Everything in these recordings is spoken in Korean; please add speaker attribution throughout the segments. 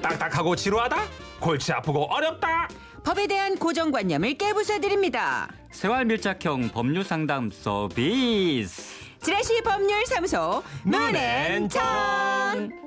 Speaker 1: 딱딱하고 지루하다? 골치 아프고 어렵다?
Speaker 2: 법에 대한 고정관념을 깨부숴드립니다.
Speaker 3: 세활 밀착형 법률 상담 서비스.
Speaker 2: 지라시 법률사무소 문앤천
Speaker 4: 어,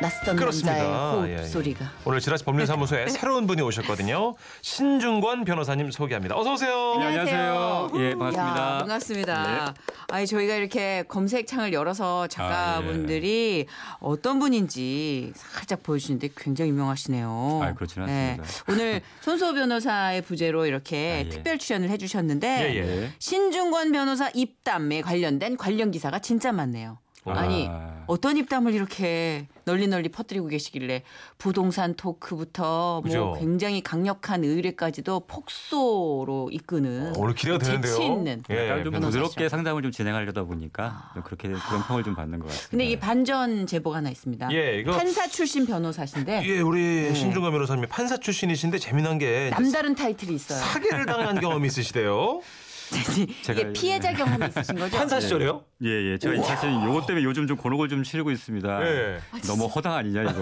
Speaker 4: 낯선
Speaker 1: 그렇습니다.
Speaker 4: 남자의
Speaker 1: 예, 예.
Speaker 4: 호흡 소리가
Speaker 1: 오늘 지라시 법률사무소에 새로운 분이 오셨거든요. 신중권 변호사님 소개합니다. 어서 오세요.
Speaker 3: 네, 안녕하세요. 예,
Speaker 4: 야,
Speaker 3: 반갑습니다. 네.
Speaker 2: 반갑습니다. 아니 저희가 이렇게 검색창을 열어서 작가분들이
Speaker 3: 아, 예.
Speaker 2: 어떤 분인지 살짝 보여주는데 굉장히 유명하시네요.
Speaker 3: 아, 그렇진 않습니다.
Speaker 2: 오늘 손수호 변호사의 부재로 이렇게
Speaker 3: 아, 예.
Speaker 2: 특별 출연을 해주셨는데
Speaker 1: 예, 예.
Speaker 2: 신중권 변호사 입담에 관련된 관련 기사가 진짜 많네요.
Speaker 3: 와.
Speaker 2: 아니 어떤 입담을 이렇게 널리 널리 퍼뜨리고 계시길래 부동산 토크부터
Speaker 1: 그죠.
Speaker 2: 뭐 굉장히 강력한 의뢰까지도 폭소로 이끄는
Speaker 3: 어,
Speaker 1: 오늘 기대가 되는데요.
Speaker 2: 재치 그 있는.
Speaker 1: 예,
Speaker 3: 약간 좀
Speaker 1: 변호사.
Speaker 3: 부드럽게 상담을 좀 진행하려다 보니까 좀 그렇게
Speaker 2: 아.
Speaker 3: 그런 평을 좀 받는 것 같습니다.
Speaker 2: 근데 이 반전 제보가 하나 있습니다.
Speaker 1: 예, 이거-
Speaker 2: 판사 출신 변호사신데
Speaker 3: 네.
Speaker 1: 예, 우리 신중권 변호사님이 판사 출신이신데 재미난 게
Speaker 2: 네. 남다른 타이틀이 있어요.
Speaker 1: 사기를 당한 경험이 있으시대요.
Speaker 3: 제가 네.
Speaker 2: 이게 피해자 경험이 있으신 거죠? 네.
Speaker 1: 판사 시절에요?
Speaker 3: 예, 예. 제가 사실 요것 때문에 요즘 좀 곤혹을 좀 치르고
Speaker 2: 네.
Speaker 3: 있습니다.
Speaker 1: 예.
Speaker 3: 너무 허당 아니냐 이거.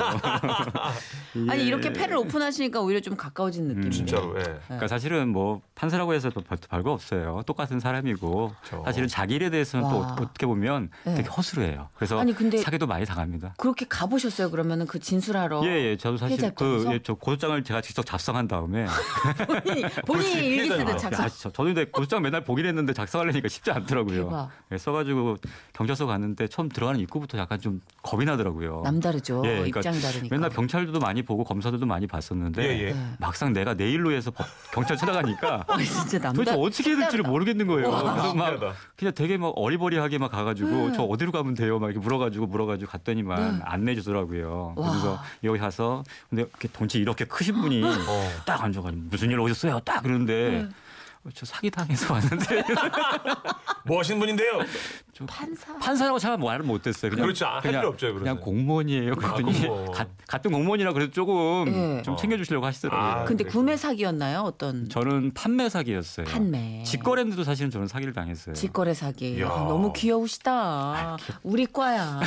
Speaker 3: 이게-
Speaker 2: 아니 이렇게 패를 오픈하시니까 오히려 좀
Speaker 3: 음,
Speaker 2: 가까워진 느낌이에요.
Speaker 1: 진짜로. 예.
Speaker 3: 그러니까 사실은 뭐 판사라고 해서 또 별- 별거 없어요. 똑같은 사람이고
Speaker 1: 그렇죠.
Speaker 3: 사실은 자기 일에 대해서는 또
Speaker 2: 와.
Speaker 3: 어- 어떻게 보면
Speaker 2: 네.
Speaker 3: 되게 허술해요. 그래서
Speaker 2: 아니, 근데-
Speaker 3: 사기도 많이 당합니다.
Speaker 2: 그렇게 가보셨어요? 그러면은 그 진술하러
Speaker 3: 예, 예. 저도
Speaker 2: 피해자
Speaker 3: 사실 그
Speaker 2: 입장에서?
Speaker 3: 예, 저 고소장을 제가 직접 작성한 다음에
Speaker 2: 본인이 본인이 일기 쓰듯 작성.
Speaker 3: 아, 저, 저는 근데 고소장 맨날 보긴 했는데 작성하려니까 쉽지 않더라고요.
Speaker 2: 대박.
Speaker 3: 예, 써가지고 경찰서 갔는데 처음 들어가는 입구부터 약간 좀 겁이 나더라고요.
Speaker 2: 남다르죠.
Speaker 3: 예, 그러니까
Speaker 2: 입장이 다르니까. 네.
Speaker 3: 맨날 경찰도 많이 보고 검사들도 많이 봤었는데
Speaker 1: 예, 예.
Speaker 3: 막상 내가 내일로 해서 법- 경찰 찾아가니까
Speaker 2: 아, 진짜 남다.
Speaker 3: 도대체 어떻게 해야 될지를 모르겠는 거예요. 그래서 막
Speaker 1: 신기하다.
Speaker 3: 그냥 되게 막 어리버리하게 막 가가지고
Speaker 2: 네.
Speaker 3: 저 어디로 가면 돼요? 막 이렇게 물어가지고 물어가지고 갔더니만 안내주더라고요.
Speaker 2: 와.
Speaker 3: 그래서 여기 가서 근데 이렇게 돈치 이렇게 크신 분이
Speaker 2: 어.
Speaker 3: 딱 앉아가지고 무슨 일로 오셨어요? 딱 그러는데
Speaker 2: 네.
Speaker 3: 어, 저 사기 당해서 왔는데
Speaker 1: 뭐 하시는 분인데요?
Speaker 2: 판사.
Speaker 3: 판사라고 잘 말을 못했어요.
Speaker 1: 그렇죠. 할 필요 없죠, 그래서.
Speaker 3: 그냥 공무원이에요. 그랬더니
Speaker 1: 공무원.
Speaker 3: 가- 같은 공무원이라 그래도 조금
Speaker 2: 예.
Speaker 3: 좀
Speaker 1: 어.
Speaker 3: 챙겨주시려고 하시더라고요.
Speaker 1: 아,
Speaker 2: 근데
Speaker 1: 그랬구나.
Speaker 2: 구매 사기였나요? 어떤
Speaker 3: 네. 음, 저는 판매 사기였어요.
Speaker 2: 판매.
Speaker 3: 직거래인데도 사실은 저는 사기를 당했어요.
Speaker 2: 직거래 사기.
Speaker 1: 이야.
Speaker 2: 아, 너무
Speaker 3: 아,
Speaker 2: 귀여우시다. 우리 과야.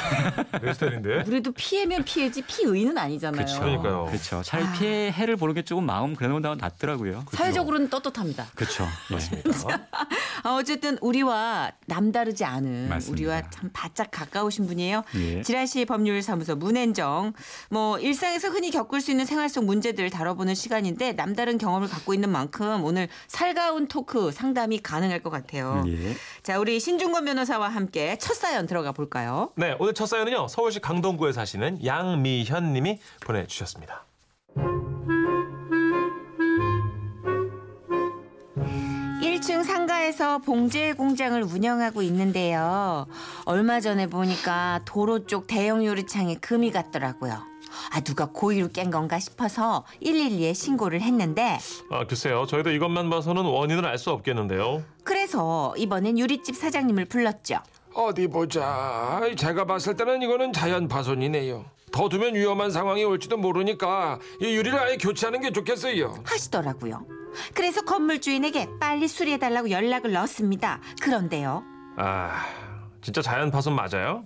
Speaker 1: 내 스타일인데.
Speaker 2: 우리도 피해면 피해지 피의는 아니잖아요. 그렇죠.
Speaker 3: 그렇죠.
Speaker 1: 그러니까요.
Speaker 3: 그렇죠. 차라리 피해 해를 보는 게 조금 마음 그래놓은 낫더라고요.
Speaker 2: 사회적으로는 떳떳합니다.
Speaker 3: 그렇죠. 예.
Speaker 2: 아, 어쨌든 우리와 남다르지 않은
Speaker 3: 맞습니다.
Speaker 2: 우리와 참 바짝 가까우신 분이에요.
Speaker 3: 예.
Speaker 2: 지라시 법률사무소 문앤정. 뭐 일상에서 흔히 겪을 수 있는 생활 속 문제들 다뤄보는 시간인데 남다른 경험을 갖고 있는 만큼 오늘 살가운 토크 상담이 가능할 것 같아요.
Speaker 3: 예.
Speaker 2: 자, 우리 신중권 변호사와 함께 첫 사연 들어가 볼까요?
Speaker 1: 네, 오늘 첫 사연은요. 서울시 강동구에 사시는 양미현 님이 보내 주셨습니다.
Speaker 2: 일층 상가에서 봉제 공장을 운영하고 있는데요. 얼마 전에 보니까 도로 쪽 대형 유리창에 금이 갔더라고요. 아, 누가 고의로 깬 건가 싶어서 112에 신고를 했는데,
Speaker 1: 아, 글쎄요. 저희도 이것만 봐서는 원인을 알 수 없겠는데요.
Speaker 2: 그래서 이번엔 유리집 사장님을 불렀죠.
Speaker 5: 어디 보자. 제가 봤을 때는 이거는 자연 파손이네요. 더 두면 위험한 상황이 올지도 모르니까 이 유리를 아예 교체하는 게 좋겠어요.
Speaker 2: 하시더라고요. 그래서 건물 주인에게 빨리 수리해달라고 연락을 넣었습니다. 그런데요.
Speaker 1: 아, 진짜 자연 파손 맞아요?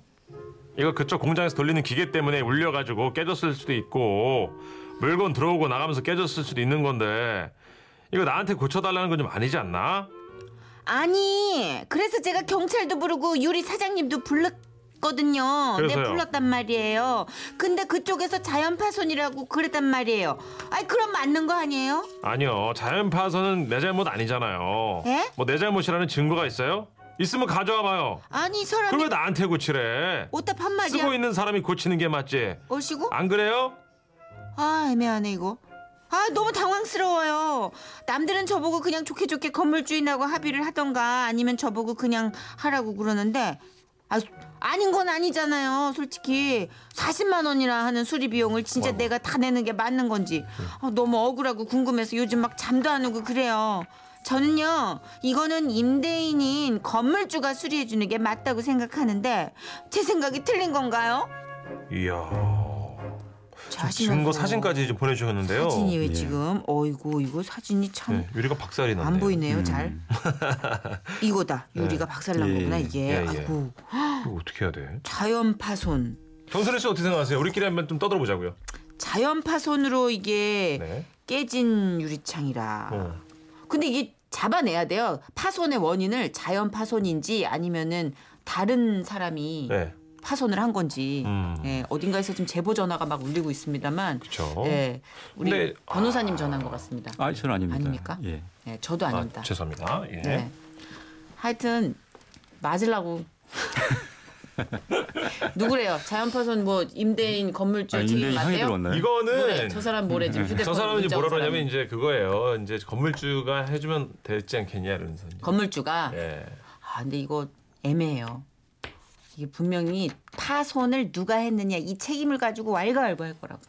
Speaker 1: 이거 그쪽 공장에서 돌리는 기계 때문에 울려가지고 깨졌을 수도 있고 물건 들어오고 나가면서 깨졌을 수도 있는 건데 이거 나한테 고쳐달라는 건 좀 아니지 않나?
Speaker 2: 아니, 그래서 제가 경찰도 부르고 유리 사장님도 불렀거든요.
Speaker 1: 그래서요?
Speaker 2: 네, 불렀단 말이에요. 근데 그쪽에서 자연 파손이라고 그랬단 말이에요. 아이, 그럼 맞는 거 아니에요?
Speaker 1: 아니요, 자연 파손은 내 잘못 아니잖아요.
Speaker 2: 에?
Speaker 1: 뭐 내 잘못이라는 증거가 있어요? 있으면 가져와봐요.
Speaker 2: 아니, 이 사람이
Speaker 1: 그럼 왜 나한테 고치래?
Speaker 2: 오답 한 마디야.
Speaker 1: 쓰고 있는 사람이 고치는 게 맞지.
Speaker 2: 얼씨구?
Speaker 1: 안 그래요?
Speaker 2: 아, 애매하네, 이거. 아, 너무 당황스러워요. 남들은 저보고 그냥 좋게 좋게 건물 주인하고 합의를 하던가 아니면 저보고 그냥 하라고 그러는데 아, 아닌 건 아니잖아요. 솔직히 40만 원이나 하는 수리 비용을 진짜 내가 다 내는 게 맞는 건지
Speaker 1: 네.
Speaker 2: 아, 너무 억울하고 궁금해서 요즘 막 잠도 안 오고 그래요. 저는요, 이거는 임대인인 건물주가 수리해 주는 게 맞다고 생각하는데 제 생각이 틀린 건가요?
Speaker 1: 이야, 증거
Speaker 2: 자신없어요.
Speaker 1: 사진까지 좀 보내주셨는데요.
Speaker 2: 사진이 왜 지금 어이구 이거 사진이 참 안
Speaker 1: 예. 네, 유리가 박살이 났네요. 음. 네.
Speaker 2: 보이네요 잘 이거다 유리가 박살난
Speaker 3: 예,
Speaker 2: 거구나 이게
Speaker 1: 예, 예.
Speaker 2: 아이고
Speaker 1: 이거 어떻게 해야 돼?
Speaker 2: 자연 파손
Speaker 1: 정선혜 씨 어떻게 생각하세요? 우리끼리 한번 좀 떠들어보자고요.
Speaker 2: 자연 파손으로 이게
Speaker 1: 네.
Speaker 2: 깨진 유리창이라.
Speaker 1: 어.
Speaker 2: 근데 이게 잡아내야 돼요. 파손의 원인을 자연 파손인지 아니면은 다른 사람이
Speaker 1: 네.
Speaker 2: 파손을 한 건지.
Speaker 1: 음.
Speaker 2: 예, 어딘가에서 지금 제보 전화가 막 울리고 있습니다만.
Speaker 1: 그렇죠.
Speaker 2: 예, 우리
Speaker 1: 근데-
Speaker 2: 변호사님 전화인 것 같습니다.
Speaker 3: 아니 저는 아닙니다.
Speaker 2: 아닙니까?
Speaker 3: 예.
Speaker 2: 예, 저도
Speaker 1: 아,
Speaker 2: 아닙니다.
Speaker 1: 죄송합니다. 예.
Speaker 2: 네. 하여튼 맞으려고. 누구래요? 자연파손 뭐 임대인
Speaker 3: 아,
Speaker 2: 건물주 책임
Speaker 3: 임대인 형이
Speaker 2: 맞대요?
Speaker 3: 들어왔나요?
Speaker 1: 네.
Speaker 3: 음.
Speaker 1: 이거는
Speaker 2: 뭐래? 저 사람 뭐래 지금 휴대폰
Speaker 1: 저 사람은 이제
Speaker 2: 네, 문자 온
Speaker 1: 뭐라 그러냐면
Speaker 2: 사람이.
Speaker 1: 이제 그거예요. 이제 건물주가 해주면 되지 않겠냐 이런 선.
Speaker 2: 건물주가
Speaker 1: 예.
Speaker 2: 아 근데 이거 애매해요. 이게 분명히 파손을 누가 했느냐 이 책임을 가지고 왈가왈부할 거라고.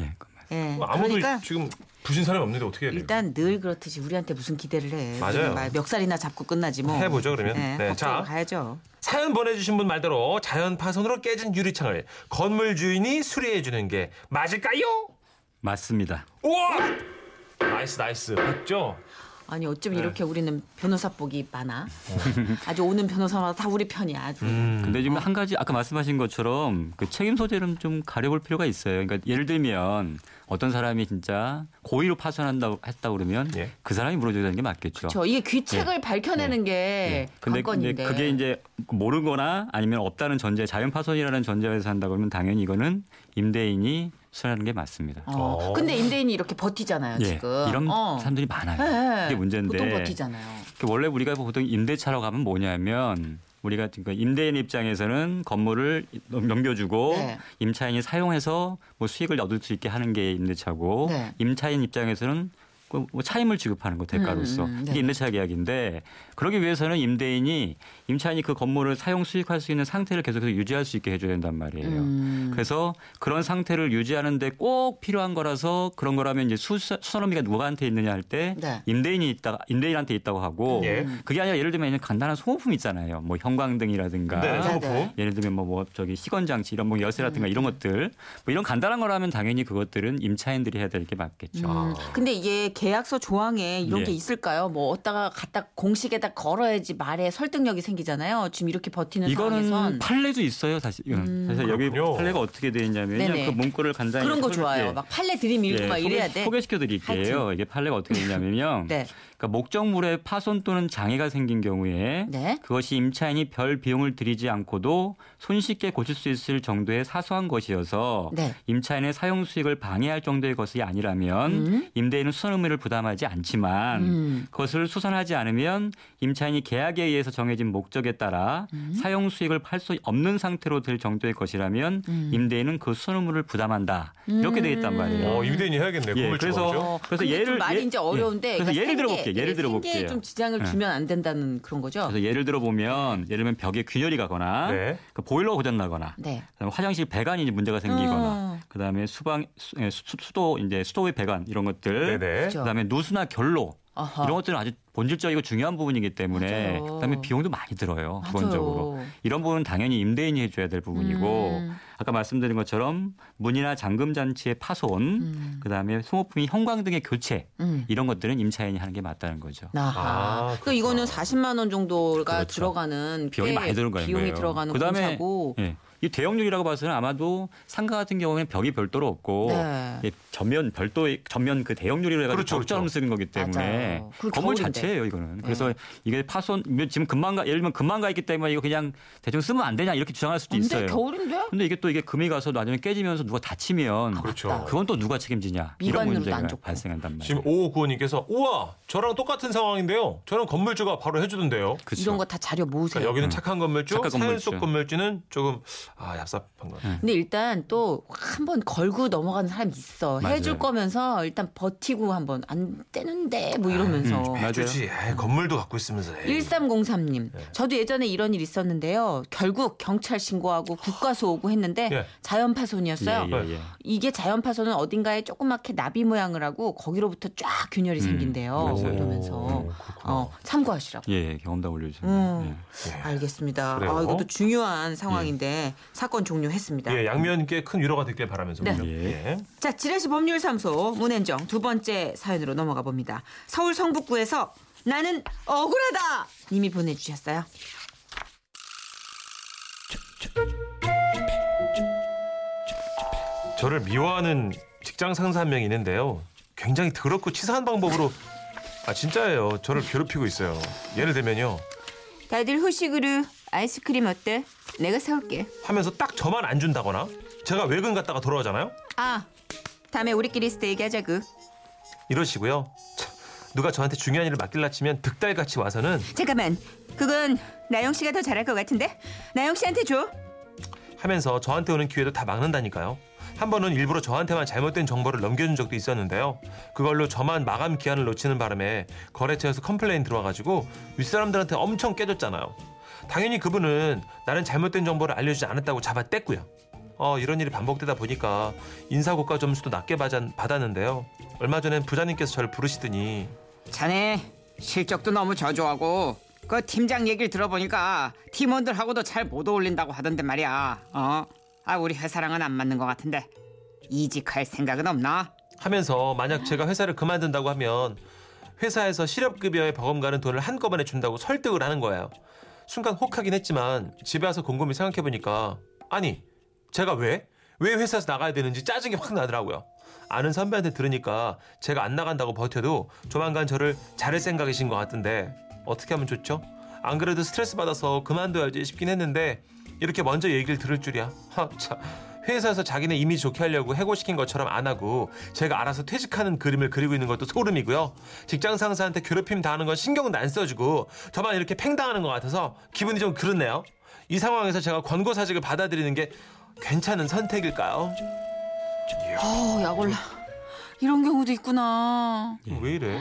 Speaker 3: 예. 그 말.
Speaker 2: 예.
Speaker 1: 뭐 아무도
Speaker 2: 그러니까
Speaker 1: 지금 부신 사람이 없는데 어떻게 해요?
Speaker 2: 일단 늘 그렇듯이 우리한테 무슨 기대를 해.
Speaker 1: 맞아요.
Speaker 2: 우리는 막 멱살이나 잡고 끝나지 뭐.
Speaker 1: 해보죠, 그러면.
Speaker 2: 예,
Speaker 1: 네,
Speaker 2: 네.
Speaker 1: 자.
Speaker 2: 자 가야죠.
Speaker 1: 사연 보내주신 분 말대로 자연 파손으로 깨진 유리창을 건물 주인이 수리해주는 게 맞을까요?
Speaker 3: 맞습니다.
Speaker 1: 우와! 나이스 나이스 맞죠?
Speaker 2: 아니
Speaker 3: 네.
Speaker 2: 어쩜 이렇게 우리는 변호사복이 많아? 아주 오는 변호사마다 다 우리 편이야. 아주.
Speaker 1: 음.
Speaker 3: 근데 지금 한 가지 아까 말씀하신 것처럼 그 책임 소재를 좀 가려볼 필요가 있어요. 그러니까 예를 들면 어떤 사람이 진짜 고의로 파손한다 했다 그러면
Speaker 1: 예.
Speaker 3: 그 사람이 물어줘야 되는 게 맞겠죠.
Speaker 2: 저 그렇죠. 이게 귀책을 밝혀내는 게
Speaker 3: 네. 근데
Speaker 2: 예,
Speaker 3: 이제
Speaker 2: 관건인데.
Speaker 3: 그게 이제 모르거나 아니면 없다는 전제, 자연 파손이라는 전제에서 한다 그러면 당연히 이거는 임대인이 수하는 게 맞습니다.
Speaker 2: 어.
Speaker 1: 어.
Speaker 2: 근데 임대인이 이렇게 버티잖아요
Speaker 3: 예,
Speaker 2: 지금.
Speaker 3: 이런
Speaker 2: 어.
Speaker 3: 사람들이 많아요.
Speaker 2: 예, 예.
Speaker 3: 이게 문제인데
Speaker 2: 보통 버티잖아요.
Speaker 3: 그 원래 우리가 보통 임대차로 가면 뭐냐면 우리가 지금 그 임대인 입장에서는 건물을 넘겨주고
Speaker 2: 네.
Speaker 3: 임차인이 사용해서 뭐 수익을 얻을 수 있게 하는 게 임대차고
Speaker 2: 네.
Speaker 3: 임차인 입장에서는 그뭐 차임을 지급하는 거 대가로서
Speaker 2: 음, 음, 음.
Speaker 3: 이게
Speaker 2: 네.
Speaker 3: 임대차 계약인데 그러기 위해서는 임대인이 임차인이 그 건물을 사용 수익할 수 있는 상태를 계속해서 유지할 수 있게 해줘야 된단 말이에요.
Speaker 2: 음.
Speaker 3: 그래서 그런 상태를 유지하는데 꼭 필요한 거라서 그런 거라면 이제 수, 수선업비가 누구한테 있느냐 할 때
Speaker 2: 네. 음.
Speaker 3: 임대인이 있다 임대인한테 있다고 하고
Speaker 1: 예.
Speaker 3: 그게 아니라 예를 들면 그냥 간단한 소모품 있잖아요. 뭐 형광등이라든가
Speaker 1: 네
Speaker 2: 네, 음.
Speaker 1: 상품
Speaker 2: 네.
Speaker 3: 예를 들면 뭐, 뭐 저기 시건 장치 이런 뭐 열쇠라든가 이런 것들 뭐 이런 간단한 거라면 당연히 그것들은 임차인들이 해야 될 게 맞겠죠.
Speaker 2: 음, 근데 이게 계약서 조항에 이런
Speaker 3: 아. 예.
Speaker 2: 게 있을까요? 뭐 어디다가 갖다 공식에다 걸어야지 말에 설득력이 생기잖아요. 지금 이렇게 버티는
Speaker 3: 이거는
Speaker 2: 상황에선 음.
Speaker 3: 판례도 있어요, 사실. 이거는. 사실 여기
Speaker 1: 그렇군요.
Speaker 3: 판례가 어떻게 되어 있냐면요.
Speaker 2: 네네.
Speaker 3: 그 문구를 간단히
Speaker 2: 그런 거
Speaker 3: 소개-
Speaker 2: 좋아요.
Speaker 3: 예.
Speaker 2: 막 팔레 들이밀고
Speaker 3: 예,
Speaker 2: 막 이래야 돼.
Speaker 3: 소개시켜 드릴게요.
Speaker 2: 하여튼.
Speaker 3: 이게 판례가 어떻게 되냐면요.
Speaker 2: 네.
Speaker 3: 그러니까 목적물에 파손 또는 장애가 생긴 경우에
Speaker 2: 네.
Speaker 3: 그것이 임차인이 별 비용을 들이지 않고도 손쉽게 고칠 수 있을 정도의 사소한 것이어서
Speaker 2: 네.
Speaker 3: 임차인의 사용 수익을 방해할 정도의 것이 아니라면
Speaker 2: 음.
Speaker 3: 임대인은 수선 의무를 부담하지 않지만
Speaker 2: 음.
Speaker 3: 그것을 수선하지 않으면 임차인이 계약에 의해서 정해진 목적에 따라
Speaker 2: 음.
Speaker 3: 사용 수익을 팔 수 없는 상태로 될 정도의 것이라면
Speaker 2: 음.
Speaker 3: 임대인은 그 수선 의무를 부담한다 이렇게 돼 있단 말이에요.
Speaker 2: 음.
Speaker 1: 어 임대인이 해야겠네요
Speaker 3: 예,
Speaker 1: 건물
Speaker 3: 그래서
Speaker 1: 주방이죠?
Speaker 2: 어,
Speaker 3: 그래서
Speaker 2: 근데 좀
Speaker 3: 예를-
Speaker 2: 말이
Speaker 3: 예-
Speaker 2: 이제 어려운데 그러니까
Speaker 3: 예. 그래서 예를 들어볼게요. 예를
Speaker 2: 생계에
Speaker 3: 들어볼게요.
Speaker 2: 좀 지장을
Speaker 3: 예.
Speaker 2: 주면 안 된다는 그런 거죠.
Speaker 3: 그래서 예를 들어 보면 예를 들면 벽에 균열이 가거나
Speaker 1: 네.
Speaker 3: 그 보일러가 고장 나거나
Speaker 2: 네.
Speaker 3: 그다음에 화장실 배관이 이제 문제가 생기거나
Speaker 2: 어.
Speaker 3: 그다음에 수방 수, 예, 수- 도 이제 수도의 배관 이런 것들
Speaker 1: 네네
Speaker 2: 그죠.
Speaker 3: 그다음에 누수나 결로
Speaker 2: 아하.
Speaker 3: 이런 것들은 아주 본질적이고 중요한 부분이기 때문에
Speaker 2: 맞아요.
Speaker 3: 그다음에 비용도 많이 들어요
Speaker 2: 맞아요.
Speaker 3: 기본적으로 이런 부분은 당연히 임대인이 해줘야 될 부분이고
Speaker 2: 음.
Speaker 3: 아까 말씀드린 것처럼 문이나 잠금 장치의 파손
Speaker 2: 음.
Speaker 3: 그다음에 소모품이 형광 등의 교체
Speaker 2: 음.
Speaker 3: 이런 것들은 임차인이 하는 게 맞다는 거죠.
Speaker 1: 아,
Speaker 2: 아하.
Speaker 1: 그렇구나.
Speaker 2: 그러니까 이거는 40만 원 정도가
Speaker 3: 그렇죠.
Speaker 2: 들어가는
Speaker 3: 비용이
Speaker 2: 꽤
Speaker 3: 많이 들어간 거예요.
Speaker 2: 비용이 들어가는
Speaker 3: 그다음에-
Speaker 2: 공사고.
Speaker 3: 예. 이 대형률이라고 봐서는 아마도 상가 같은 경우에는 벽이 별도로 없고
Speaker 2: 네.
Speaker 3: 예, 전면 별도의 전면 그 대형률이라 가지고
Speaker 1: 그렇죠,
Speaker 3: 벽처럼
Speaker 1: 그렇죠.
Speaker 3: 쓰는 거기 때문에
Speaker 2: 맞아요. 그리고
Speaker 3: 건물
Speaker 2: 겨울인데. 네.
Speaker 3: 자체예요 이거는. 그래서 이게 파손 뭐 지금 금만가 예를 들면 금만가 있기 때문에 이거 그냥 대충 쓰면 안 되냐 이렇게 주장할 수도
Speaker 2: 근데
Speaker 3: 있어요.
Speaker 2: 겨울인데?
Speaker 3: 근데 이게 또 이게 금이 가서 나중에 깨지면서 누가 다치면
Speaker 1: 그렇죠.
Speaker 3: 그건 또 누가 책임지냐 이런
Speaker 2: 미관으로도
Speaker 3: 문제가
Speaker 2: 안 좋고.
Speaker 3: 발생한단 말이에요.
Speaker 1: 지금 5595님께서 우와 저랑 똑같은 상황인데요 저는 건물주가 바로 해주던데요
Speaker 3: 그쵸.
Speaker 2: 이런 거 다 자료 모으세요.
Speaker 1: 그러니까 여기는 착한 건물주
Speaker 3: 음. 착한
Speaker 1: 사연 속
Speaker 3: 건물주.
Speaker 1: 건물주는 조금 아 얍삽한 거 같아요
Speaker 2: 근데 일단 또 한 번 걸고 넘어가는 사람 있어.
Speaker 3: 맞아요.
Speaker 2: 해줄 거면서 일단 버티고 한번 안 되는데 뭐 이러면서.
Speaker 3: 음, 맞아요.
Speaker 1: 주지 에이, 건물도 갖고 예. 있으면서 에이.
Speaker 2: 1303님, 저도 예전에 이런 일 있었는데요. 결국 경찰 신고하고 국과수 오고 했는데
Speaker 1: 예.
Speaker 2: 자연 파손이었어요.
Speaker 3: 예, 예, 예.
Speaker 2: 이게 자연 파손은 어딘가에 조그맣게 나비 모양을 하고 거기로부터 쫙 균열이 생긴대요. 뭐
Speaker 3: 맞아요.
Speaker 2: 이러면서
Speaker 1: 오, 음. 그렇구나.
Speaker 2: 어, 참고하시라고.
Speaker 3: 예, 경험담 올려주세요.
Speaker 2: 음.
Speaker 3: 예.
Speaker 2: 알겠습니다.
Speaker 1: 그래요?
Speaker 2: 아, 이것도 중요한 상황인데 사건 종료했습니다.
Speaker 1: 예, 양면께 큰 위로가 됐길 바라면서
Speaker 2: 네.
Speaker 1: 예.
Speaker 2: 자, 지라시 법률사무소 문현정 두 번째 사연으로 넘어가 봅니다. 서울 성북구에서 나는 억울하다 님이 보내주셨어요.
Speaker 1: 저를 미워하는 직장 상사 한 명이 있는데요. 굉장히 더럽고 치사한 방법으로 아 진짜예요. 저를 괴롭히고 있어요. 예를 들면요.
Speaker 6: 다들 후식으로 아이스크림 어때? 내가 사올게.
Speaker 1: 하면서 딱 저만 안 준다거나 제가 외근 갔다가 돌아오잖아요.
Speaker 6: 아, 다음에 우리끼리 있을 때 얘기하자구.
Speaker 1: 이러시고요. 참, 누가 저한테 중요한 일을 맡길라 치면 득달같이 와서는
Speaker 6: 잠깐만, 그건 나영 씨가 더 잘할 것 같은데? 나영 씨한테 줘.
Speaker 1: 하면서 저한테 오는 기회도 다 막는다니까요. 한 번은 일부러 저한테만 잘못된 정보를 넘겨준 적도 있었는데요. 그걸로 저만 마감 기한을 놓치는 바람에 거래처에서 컴플레인 들어와가지고 윗사람들한테 엄청 깨졌잖아요. 당연히 그분은 나는 잘못된 정보를 알려주지 않았다고 잡아뗐고요. 어, 이런 일이 반복되다 보니까 인사고과 점수도 낮게 받았- 받았는데요. 얼마 전엔 부자님께서 저를 부르시더니
Speaker 4: 자네 실적도 너무 저조하고 그 팀장 얘기를 들어보니까 팀원들하고도 잘 못 어울린다고 하던데 말이야. 어? 아 우리 회사랑은 안 맞는 것 같은데 이직할 생각은 없나?
Speaker 1: 하면서 만약 제가 회사를 그만둔다고 하면 회사에서 실업급여에 버금가는 돈을 한꺼번에 준다고 설득을 하는 거예요. 순간 혹하긴 했지만 집에 와서 곰곰이 생각해보니까 아니 제가 왜? 왜 회사에서 나가야 되는지 짜증이 확 나더라고요. 아는 선배한테 들으니까 제가 안 나간다고 버텨도 조만간 저를 자를 생각이신 것 같은데 어떻게 하면 좋죠? 안 그래도 스트레스 받아서 그만둬야지 싶긴 했는데 이렇게 먼저 얘기를 들을 줄이야. 하, 참. 회사에서 자기네 이미지 좋게 하려고 해고시킨 것처럼 안 하고 제가 알아서 퇴직하는 그림을 그리고 있는 것도 소름이고요. 직장 상사한테 괴롭힘 당하는 건 신경도 안 써주고 저만 이렇게 팽당하는 것 같아서 기분이 좀 그렇네요. 이 상황에서 제가 권고 사직을 받아들이는 게 괜찮은 선택일까요?
Speaker 6: 어, 약올라. 이런 경우도 있구나.
Speaker 1: 왜 이래?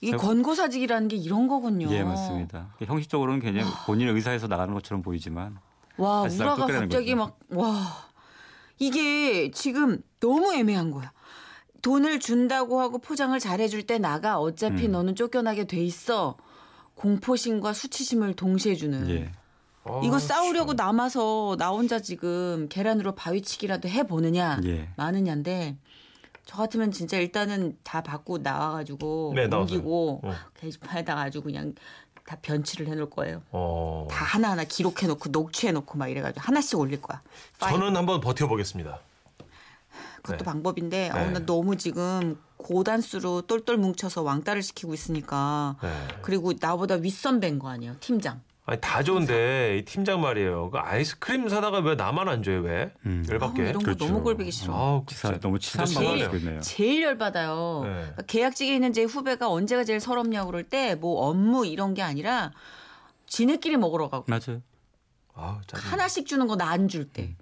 Speaker 6: 이게
Speaker 3: 아이고.
Speaker 6: 권고사직이라는 게 이런 거군요.
Speaker 3: 예, 맞습니다. 형식적으로는 그냥 본인 의사에서 나가는 것처럼 보이지만
Speaker 6: 와,
Speaker 3: 다시
Speaker 6: 우라가
Speaker 3: 또 끓이는
Speaker 6: 갑자기
Speaker 3: 거죠.
Speaker 6: 막, 와. 이게 지금 너무 애매한 거야. 돈을 준다고 하고 포장을 잘해줄 때 나가 어차피
Speaker 3: 음.
Speaker 6: 너는 쫓겨나게 돼 있어. 공포심과 수치심을 동시에 주는.
Speaker 3: 예.
Speaker 1: 아,
Speaker 6: 이거 싸우려고 남아서 나 혼자 지금 계란으로 바위치기라도 해보느냐,
Speaker 3: 예.
Speaker 6: 마느냐인데, 저 같으면 진짜 일단은 다 받고 나와가지고,
Speaker 1: 네, 나와서요.
Speaker 6: 옮기고,
Speaker 1: 어.
Speaker 6: 게시판에다가 아주 그냥 다 변치를 해놓을 거예요.
Speaker 1: 어,
Speaker 6: 다 하나하나 기록해놓고, 녹취해놓고 막 이래가지고 하나씩 올릴 거야. 파일.
Speaker 1: 저는 한번 버텨보겠습니다.
Speaker 6: 그것도
Speaker 1: 네.
Speaker 6: 방법인데,
Speaker 1: 네.
Speaker 6: 어우, 나 너무 지금 고단수로 똘똘 뭉쳐서 왕따를 시키고 있으니까,
Speaker 1: 네.
Speaker 6: 그리고 나보다 윗선배인 거 아니에요, 팀장.
Speaker 1: 아니 다 좋은데 이 팀장 말이에요. 그 아이스크림 사다가 왜 나만 안 줘요? 왜?
Speaker 3: 음.
Speaker 6: 아우,
Speaker 1: 열받게.
Speaker 6: 어, 이런 거 너무 골뱅이 싫어.
Speaker 1: 아우,
Speaker 3: 치사
Speaker 1: 진짜.
Speaker 3: 음, 너무 치사한
Speaker 1: 진짜
Speaker 3: 방법을
Speaker 1: 심하네요.
Speaker 3: 쓰고 있네요.
Speaker 6: 제일 열받아요.
Speaker 1: 네.
Speaker 6: 그러니까 계약직에 있는 제 후배가 언제가 제일 서럽냐고 그럴 때 뭐 업무 이런 게 아니라 지네끼리 먹으러
Speaker 1: 음.
Speaker 6: 가고
Speaker 3: 맞아요.
Speaker 1: 아우, 짜증나.
Speaker 6: 하나씩 주는 거 나 안 줄 때.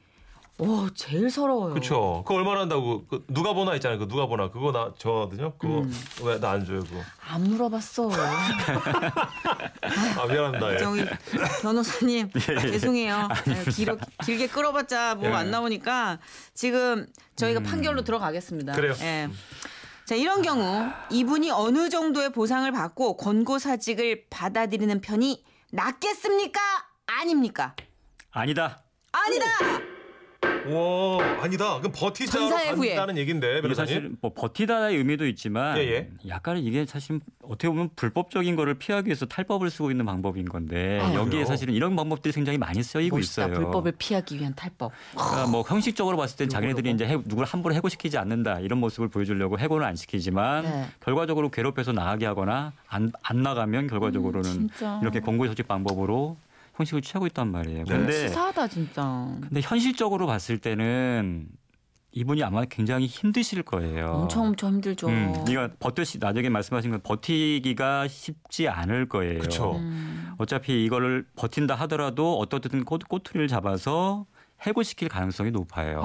Speaker 6: 오, 제일 서러워요.
Speaker 1: 음. 그쵸. 그거 얼마나 한다고. 그 누가 보나 있잖아요. 그 누가 보나. 그거 나, 저거든요. 그거
Speaker 6: 음.
Speaker 1: 왜 나 안 줘요, 그거.
Speaker 6: 안 물어봤어.
Speaker 1: 아, 미안합니다.
Speaker 3: 네.
Speaker 1: 예.
Speaker 6: 저기 변호사님
Speaker 3: 예,
Speaker 6: 죄송해요. 네, 길어, 길게 끌어봤자 뭐 안
Speaker 1: 예.
Speaker 6: 나오니까 지금
Speaker 3: 음.
Speaker 6: 저희가 판결로 들어가겠습니다.
Speaker 1: 그래요.
Speaker 6: 예. 자 이런 경우 이분이 어느 정도의 보상을 받고 권고사직을 받아들이는 편이 낫겠습니까? 아닙니까?
Speaker 3: 아니다.
Speaker 6: 아니다.
Speaker 1: 우와, 아니다. 그럼 버티자로
Speaker 6: 전사의 후예.
Speaker 1: 간다는 얘기인데,
Speaker 3: 이게
Speaker 1: 변호사님.
Speaker 3: 사실 뭐 버티다의 의미도 있지만
Speaker 1: 예, 예.
Speaker 3: 약간 이게 사실 어떻게 보면 불법적인 거를 피하기 위해서 탈법을 쓰고 있는 방법인 건데
Speaker 6: 아,
Speaker 3: 여기에
Speaker 1: 그래요?
Speaker 3: 사실은 이런 방법들이 굉장히 많이 쓰이고
Speaker 6: 멋있다.
Speaker 3: 있어요.
Speaker 6: 불법을 피하기 위한 탈법.
Speaker 3: 그러니까 뭐 형식적으로 봤을 땐 자기네들이 이제 해- 누구를 함부로 해고시키지 않는다 이런 모습을 보여주려고 해고는 안 시키지만
Speaker 6: 네.
Speaker 3: 결과적으로 괴롭혀서 나가게 하거나 안, 안 나가면 결과적으로는
Speaker 6: 음, 진짜.
Speaker 3: 이렇게 공고 조직 방법으로 형식을 취하고 있단
Speaker 1: 네.
Speaker 3: 말이에요. 근데
Speaker 6: 치사하다 진짜.
Speaker 3: 근데 현실적으로 봤을 때는 이분이 아마 굉장히 힘드실 거예요.
Speaker 6: 엄청 엄청 힘들죠.
Speaker 3: 음, 이거 버티시 나중에 말씀하신 건 버티기가 쉽지 않을 거예요.
Speaker 1: 그쵸.
Speaker 6: 음.
Speaker 3: 어차피 이거를 버틴다 하더라도 어떻게든 꼬, 꼬투리를 잡아서 해고시킬 가능성이 높아요.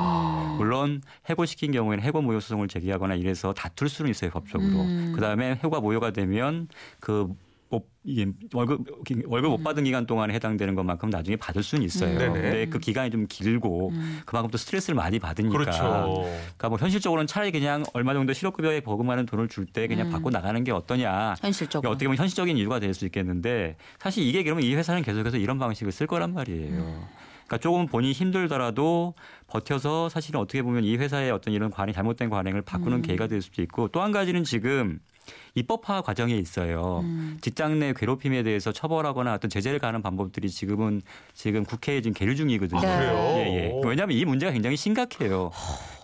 Speaker 3: 물론 해고시킨 경우에는 해고 모욕 소송을 제기하거나 이래서 다툴 수는 있어요 법적으로.
Speaker 6: 음.
Speaker 3: 그 다음에 해고가 모효가 되면 그 못- 이게 월급 월급 못 받은 기간 동안에 해당되는 것만큼 나중에 받을 수는 있어요.
Speaker 6: 음.
Speaker 1: 네네.
Speaker 3: 근데 그 기간이 좀 길고 그만큼 또 스트레스를 많이 받으니까.
Speaker 1: 그렇죠.
Speaker 3: 그러니까 뭐 현실적으로는 차라리 그냥 얼마 정도 실업급여에 버금하는 돈을 줄 때 그냥
Speaker 6: 음.
Speaker 3: 받고 나가는 게 어떠냐. 이게
Speaker 6: 현실적으로.
Speaker 3: 어떻게 보면 현실적인 이유가 될 수 있겠는데 사실 이게 그러면 이 회사는 계속해서 이런 방식을 쓸 거란 말이에요.
Speaker 6: 음.
Speaker 3: 그러니까 조금 본인이 힘들더라도 버텨서 사실은
Speaker 6: 음.
Speaker 3: 어떻게 보면 이 회사의 어떤 이런 관행 잘못된 관행을 바꾸는 계기가 될 수도 있고 또 한 가지는 지금 입법화 과정에 있어요.
Speaker 6: 음.
Speaker 3: 직장 내 괴롭힘에 대해서 처벌하거나 어떤 제재를 가하는 방법들이 지금은 지금 국회에 지금 계류 중이거든요.
Speaker 6: 아, 그래요?
Speaker 3: 예, 예. 왜냐하면 이 문제가 굉장히 심각해요.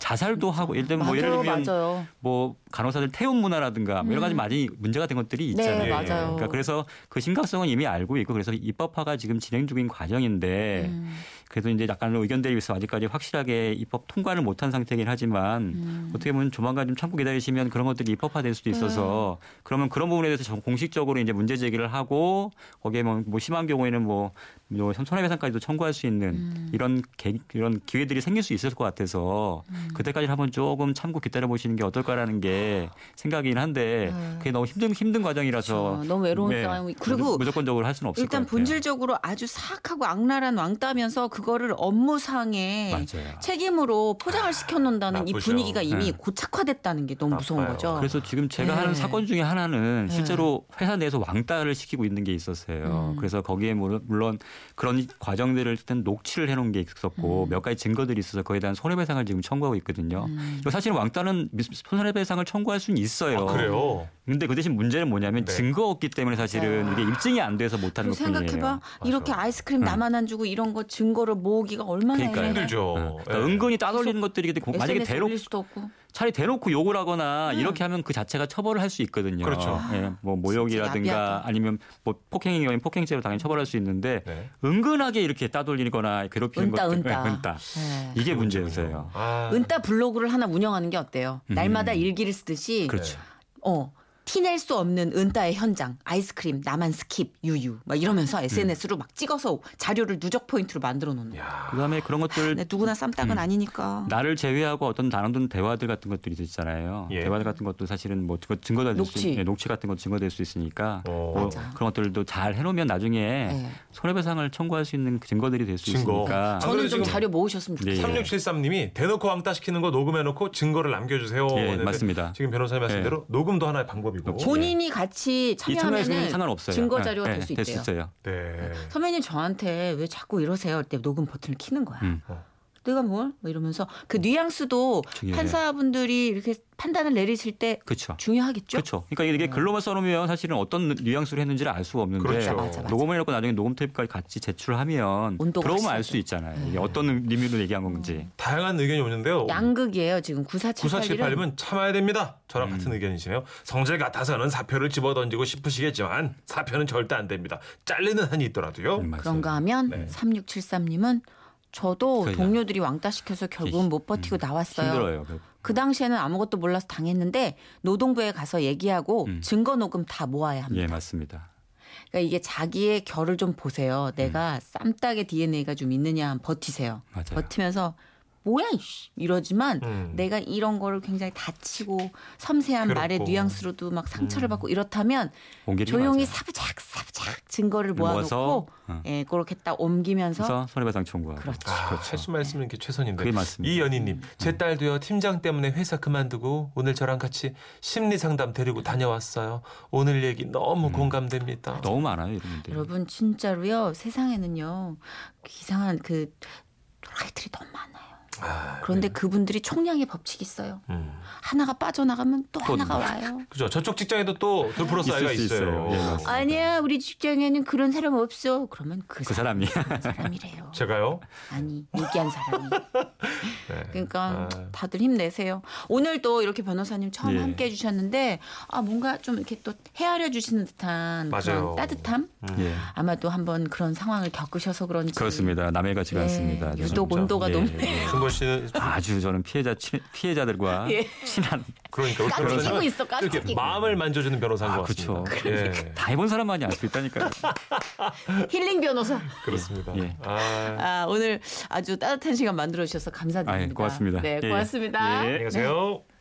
Speaker 3: 자살도 하고 예를 들면 뭐 예를
Speaker 6: 맞아요,
Speaker 3: 들면
Speaker 6: 맞아요. 음.
Speaker 3: 뭐 간호사들 태움 문화라든가 뭐 여러 가지 많이 문제가 된 것들이 있잖아요.
Speaker 6: 네, 맞아요.
Speaker 3: 그러니까 그래서 그 심각성은 이미 알고 있고 그래서 입법화가 지금 진행 중인 과정인데
Speaker 6: 음.
Speaker 3: 그래도 이제 약간 의견 대립에서 아직까지 확실하게 입법 통과를 못한 상태긴 하지만
Speaker 6: 음.
Speaker 3: 어떻게 보면 조만간 좀 참고 기다리시면 그런 것들이 입법화될 수도
Speaker 6: 네.
Speaker 3: 있어서 그러면 그런 부분에 대해서 정- 공식적으로 이제 문제 제기를 하고 거기에 뭐, 뭐 심한 경우에는 뭐, 뭐 손해배상까지도 청구할 수 있는
Speaker 6: 음.
Speaker 3: 이런 계, 이런 기회들이 생길 수 있을 것 같아서
Speaker 6: 음.
Speaker 3: 그때까지 한번 조금 참고 기다려 보시는 게 어떨까라는 게 생각이긴 한데 그게 너무 힘든 힘든 과정이라서
Speaker 6: 네.
Speaker 3: 네.
Speaker 6: 그렇죠. 너무 외로운 상황이-
Speaker 2: 그리고
Speaker 3: 무조- 무조건적으로 할 수는 없을
Speaker 2: 일단
Speaker 3: 것 같아요.
Speaker 2: 본질적으로 아주 사악하고 악랄한 왕따면서 그거를 업무상에
Speaker 3: 맞아요.
Speaker 2: 책임으로 포장을 시켜놓는다는 이
Speaker 1: 나쁘죠.
Speaker 2: 분위기가 이미
Speaker 3: 네.
Speaker 2: 고착화됐다는 게 너무 무서운
Speaker 1: 나빠요.
Speaker 2: 거죠.
Speaker 3: 그래서 지금 제가
Speaker 2: 네.
Speaker 3: 하는 사건 중에 하나는 실제로 회사 내에서 왕따를 시키고 있는 게
Speaker 2: 음.
Speaker 3: 있었어요. 그래서 거기에 물론, 물론 그런 과정들을 일단 녹취를 해놓은 게 있었고
Speaker 2: 음.
Speaker 3: 몇 가지 증거들이 있어서 거기에 대한 손해배상을 지금 청구하고 있거든요.
Speaker 2: 음.
Speaker 3: 이거 사실은 왕따는 미- 손해배상을 청구할 수는 있어요.
Speaker 1: 아, 그래요. 네.
Speaker 3: 근데 그 대신 문제는 뭐냐면 증거 없기 때문에 사실은 이게 입증이 안 돼서
Speaker 2: 그리고
Speaker 3: 못하는 것 뿐이에요. 음.
Speaker 2: 생각해봐 이렇게 아이스크림 나만 안 주고 이런 거 증거를 모으기가 얼마나
Speaker 3: 그러니까요.
Speaker 2: 힘들죠.
Speaker 1: 힘들죠. 예.
Speaker 3: 그러니까 은근히 따돌리는 것들이 근데 고- 만약에
Speaker 2: SNS
Speaker 3: 대놓고
Speaker 2: 올릴 수도 없고
Speaker 3: 차라리 대놓고 욕을 하거나 이렇게 하면 그 자체가 처벌을 할 수 있거든요.
Speaker 1: 그렇죠.
Speaker 2: 진짜
Speaker 3: 예, 뭐
Speaker 2: 야비하다.
Speaker 3: 모욕이라든가 아니면 뭐 폭행인 경우엔 폭행죄로 당연히 처벌할 수 있는데
Speaker 1: 네.
Speaker 3: 은근하게 이렇게 따돌리거나 괴롭히는
Speaker 6: 은따,
Speaker 3: 것들
Speaker 6: 은따.
Speaker 3: 예, 은따.
Speaker 6: 네.
Speaker 3: 이게 문제였어요.
Speaker 1: 아,
Speaker 6: 은따 블로그를 하나 운영하는 게 어때요? 날마다 일기를 쓰듯이
Speaker 3: 음. 그렇죠.
Speaker 6: 어. 티낼 수 없는 은따의 현장, 아이스크림, 나만 스킵, 유유, 막
Speaker 3: 음.
Speaker 6: 이러면서 SNS로 막 찍어서 자료를 누적 포인트로 만들어 놓는 거예요.
Speaker 3: 그다음에 그런 것들
Speaker 2: 근데 누구나 쌈딱은 아니니까.
Speaker 3: 음. 나를 제외하고 어떤 나눈 대화들 같은 것들이 있잖아요.
Speaker 1: 예.
Speaker 3: 대화들 같은 것도 사실은 뭐 그거 증거가 될 수,
Speaker 6: 녹취.
Speaker 3: 예, 녹취 같은 것 증거될 수 있으니까
Speaker 1: 어.
Speaker 3: 뭐
Speaker 6: 맞아.
Speaker 3: 그런 것들도 잘 해놓으면 나중에
Speaker 6: 예.
Speaker 3: 손해배상을 청구할 수 있는 그 증거들이 될 수
Speaker 1: 증거.
Speaker 3: 있으니까.
Speaker 1: 아,
Speaker 6: 저는
Speaker 1: 그래서
Speaker 6: 좀
Speaker 1: 지금-
Speaker 6: 자료 모으셨으면 좋겠어요.
Speaker 3: 네.
Speaker 1: 3673님이 대놓고 왕따 시키는 거 녹음해놓고 증거를 남겨주세요.
Speaker 3: 예,
Speaker 1: 했는데
Speaker 3: 맞습니다. 예.
Speaker 1: 지금 변호사님 말씀대로 녹음도 하나의 방법이고.
Speaker 6: 본인이 같이 참여하면
Speaker 3: 참여하시면 상관없어요.
Speaker 6: 증거
Speaker 3: 네,
Speaker 6: 자료가
Speaker 3: 네,
Speaker 6: 될 수
Speaker 3: 될수
Speaker 6: 있대요.
Speaker 3: 있어요.
Speaker 1: 네.
Speaker 6: 선배님 저한테 왜 자꾸 이러세요? 할 때 녹음 버튼을 키는 거야.
Speaker 3: 음.
Speaker 6: 내가 뭘? 뭐 이러면서 그 뉘앙스도
Speaker 3: 중요해요.
Speaker 6: 판사분들이 이렇게 판단을 내리실 때
Speaker 3: 그렇죠.
Speaker 6: 중요하겠죠.
Speaker 3: 그렇죠. 그러니까
Speaker 6: 음.
Speaker 3: 이게 글로만 써놓으면 사실은 어떤 뉘앙스로 했는지를 알 수가 없는데
Speaker 1: 그렇죠.
Speaker 6: 맞아, 맞아.
Speaker 3: 녹음을 해놓고 나중에 녹음 테이프까지 같이 제출하면
Speaker 6: 온도가
Speaker 3: 들어오면 알
Speaker 6: 확실하죠.
Speaker 3: 수 있잖아요. 이게 어떤 의미로 얘기한 건지.
Speaker 1: 다양한 의견이 오는데요.
Speaker 6: 양극이에요 지금 9478은
Speaker 1: 9478님은 참아야 됩니다. 저랑
Speaker 3: 음.
Speaker 1: 같은 의견이시네요. 성질 같아서는 사표를 집어던지고 싶으시겠지만 사표는 절대 안 됩니다. 잘리는 한이 있더라도요.
Speaker 3: 음, 맞아요.
Speaker 6: 그런가 하면 3673님은 저도
Speaker 3: 그러니까. 음.
Speaker 6: 동료들이 왕따 시켜서 결국은 못 버티고 나왔어요.
Speaker 3: 힘들어요.
Speaker 6: 그 당시에는 아무것도 몰라서 당했는데 노동부에 가서 얘기하고 증거 녹음 다 모아야 합니다.
Speaker 3: 예, 맞습니다.
Speaker 6: 그러니까 이게 자기의 결을 좀 보세요. 내가 쌈딱의 DNA가 좀 있느냐 하면 버티세요.
Speaker 3: 음. 맞아요. 음.
Speaker 6: 버티면서 뭐야 이씨 이러지만
Speaker 1: 음.
Speaker 6: 내가 이런 거를 굉장히 다치고 섬세한
Speaker 1: 괴롭고.
Speaker 6: 말의 뉘앙스로도 막 상처를 받고 이렇다면
Speaker 3: 옹기를 음.
Speaker 6: 조용히
Speaker 3: 맞아요.
Speaker 6: 사부작 사부작 증거를
Speaker 3: 모아서,
Speaker 6: 모아놓고
Speaker 3: 어.
Speaker 6: 예 그렇게 딱 옮기면서
Speaker 3: 그래서 손해배상 청구하고.
Speaker 6: 그렇죠.
Speaker 1: 아, 수 말씀은 게 최선인데.
Speaker 3: 네. 그게 맞습니다. 음.
Speaker 1: 이연희님, 제 딸도요 팀장 때문에 회사 그만두고 오늘 저랑 같이 심리 상담 데리고 다녀왔어요. 오늘 얘기 너무 공감됩니다.
Speaker 3: 음. 너무 많아요 이런 분들.
Speaker 6: 여러분 진짜로요 세상에는요 이상한 그 도라이들이 너무 많아요.
Speaker 1: 아,
Speaker 3: 네.
Speaker 6: 그런데 그분들이 총량의 법칙이 있어요.
Speaker 1: 음.
Speaker 6: 하나가 빠져나가면 또
Speaker 3: 뭐.
Speaker 6: 하나가 와요.
Speaker 1: 그죠. 저쪽 직장에도 또 돌플러스
Speaker 3: 있을
Speaker 1: 아이가
Speaker 3: 수
Speaker 1: 있어요.
Speaker 3: 있어요. 예, 맞습니다.
Speaker 6: 아니야 우리 직장에는 그런 사람 없어. 그러면 그,
Speaker 3: 그 사람이.
Speaker 6: 사람, 사람이래요.
Speaker 1: 제가요?
Speaker 6: 아니 얘기한 사람이.
Speaker 1: 네.
Speaker 6: 그러니까 다들 힘내세요. 오늘 또 이렇게 변호사님 처음
Speaker 3: 아. 예.
Speaker 6: 함께 해주셨는데 아 뭔가 좀 이렇게 또 헤아려 주시는 듯한
Speaker 1: 맞아요.
Speaker 6: 그런 따뜻함.
Speaker 3: 예.
Speaker 6: 아마도 한번 그런 상황을 겪으셔서 그런지.
Speaker 3: 그렇습니다. 남의 같지가
Speaker 6: 예,
Speaker 3: 않습니다. 저는.
Speaker 6: 유독
Speaker 1: 진짜.
Speaker 6: 온도가 너무
Speaker 1: 승건 씨는
Speaker 3: 아주 저는 피해자 친- 피해자들과
Speaker 6: 예.
Speaker 3: 친한
Speaker 1: 그러니까 우리
Speaker 6: 까치고
Speaker 1: 변호사님은
Speaker 6: 아, 있어
Speaker 1: 이렇게
Speaker 6: 까치고.
Speaker 1: 마음을 만져주는 변호사인
Speaker 3: 아,
Speaker 1: 것 같습니다.
Speaker 3: 그렇죠.
Speaker 1: 예,
Speaker 3: 다 해본 사람만이 알 수 있다니까요.
Speaker 6: 힐링 변호사.
Speaker 1: 그렇습니다.
Speaker 3: 예.
Speaker 1: 아,
Speaker 6: 아 오늘 아주 따뜻한 시간 만들어 주셔서 감사드립니다.
Speaker 3: 아, 예, 고맙습니다.
Speaker 6: 네
Speaker 3: 예.
Speaker 6: 고맙습니다.
Speaker 3: 예.
Speaker 1: 안녕히 가세요.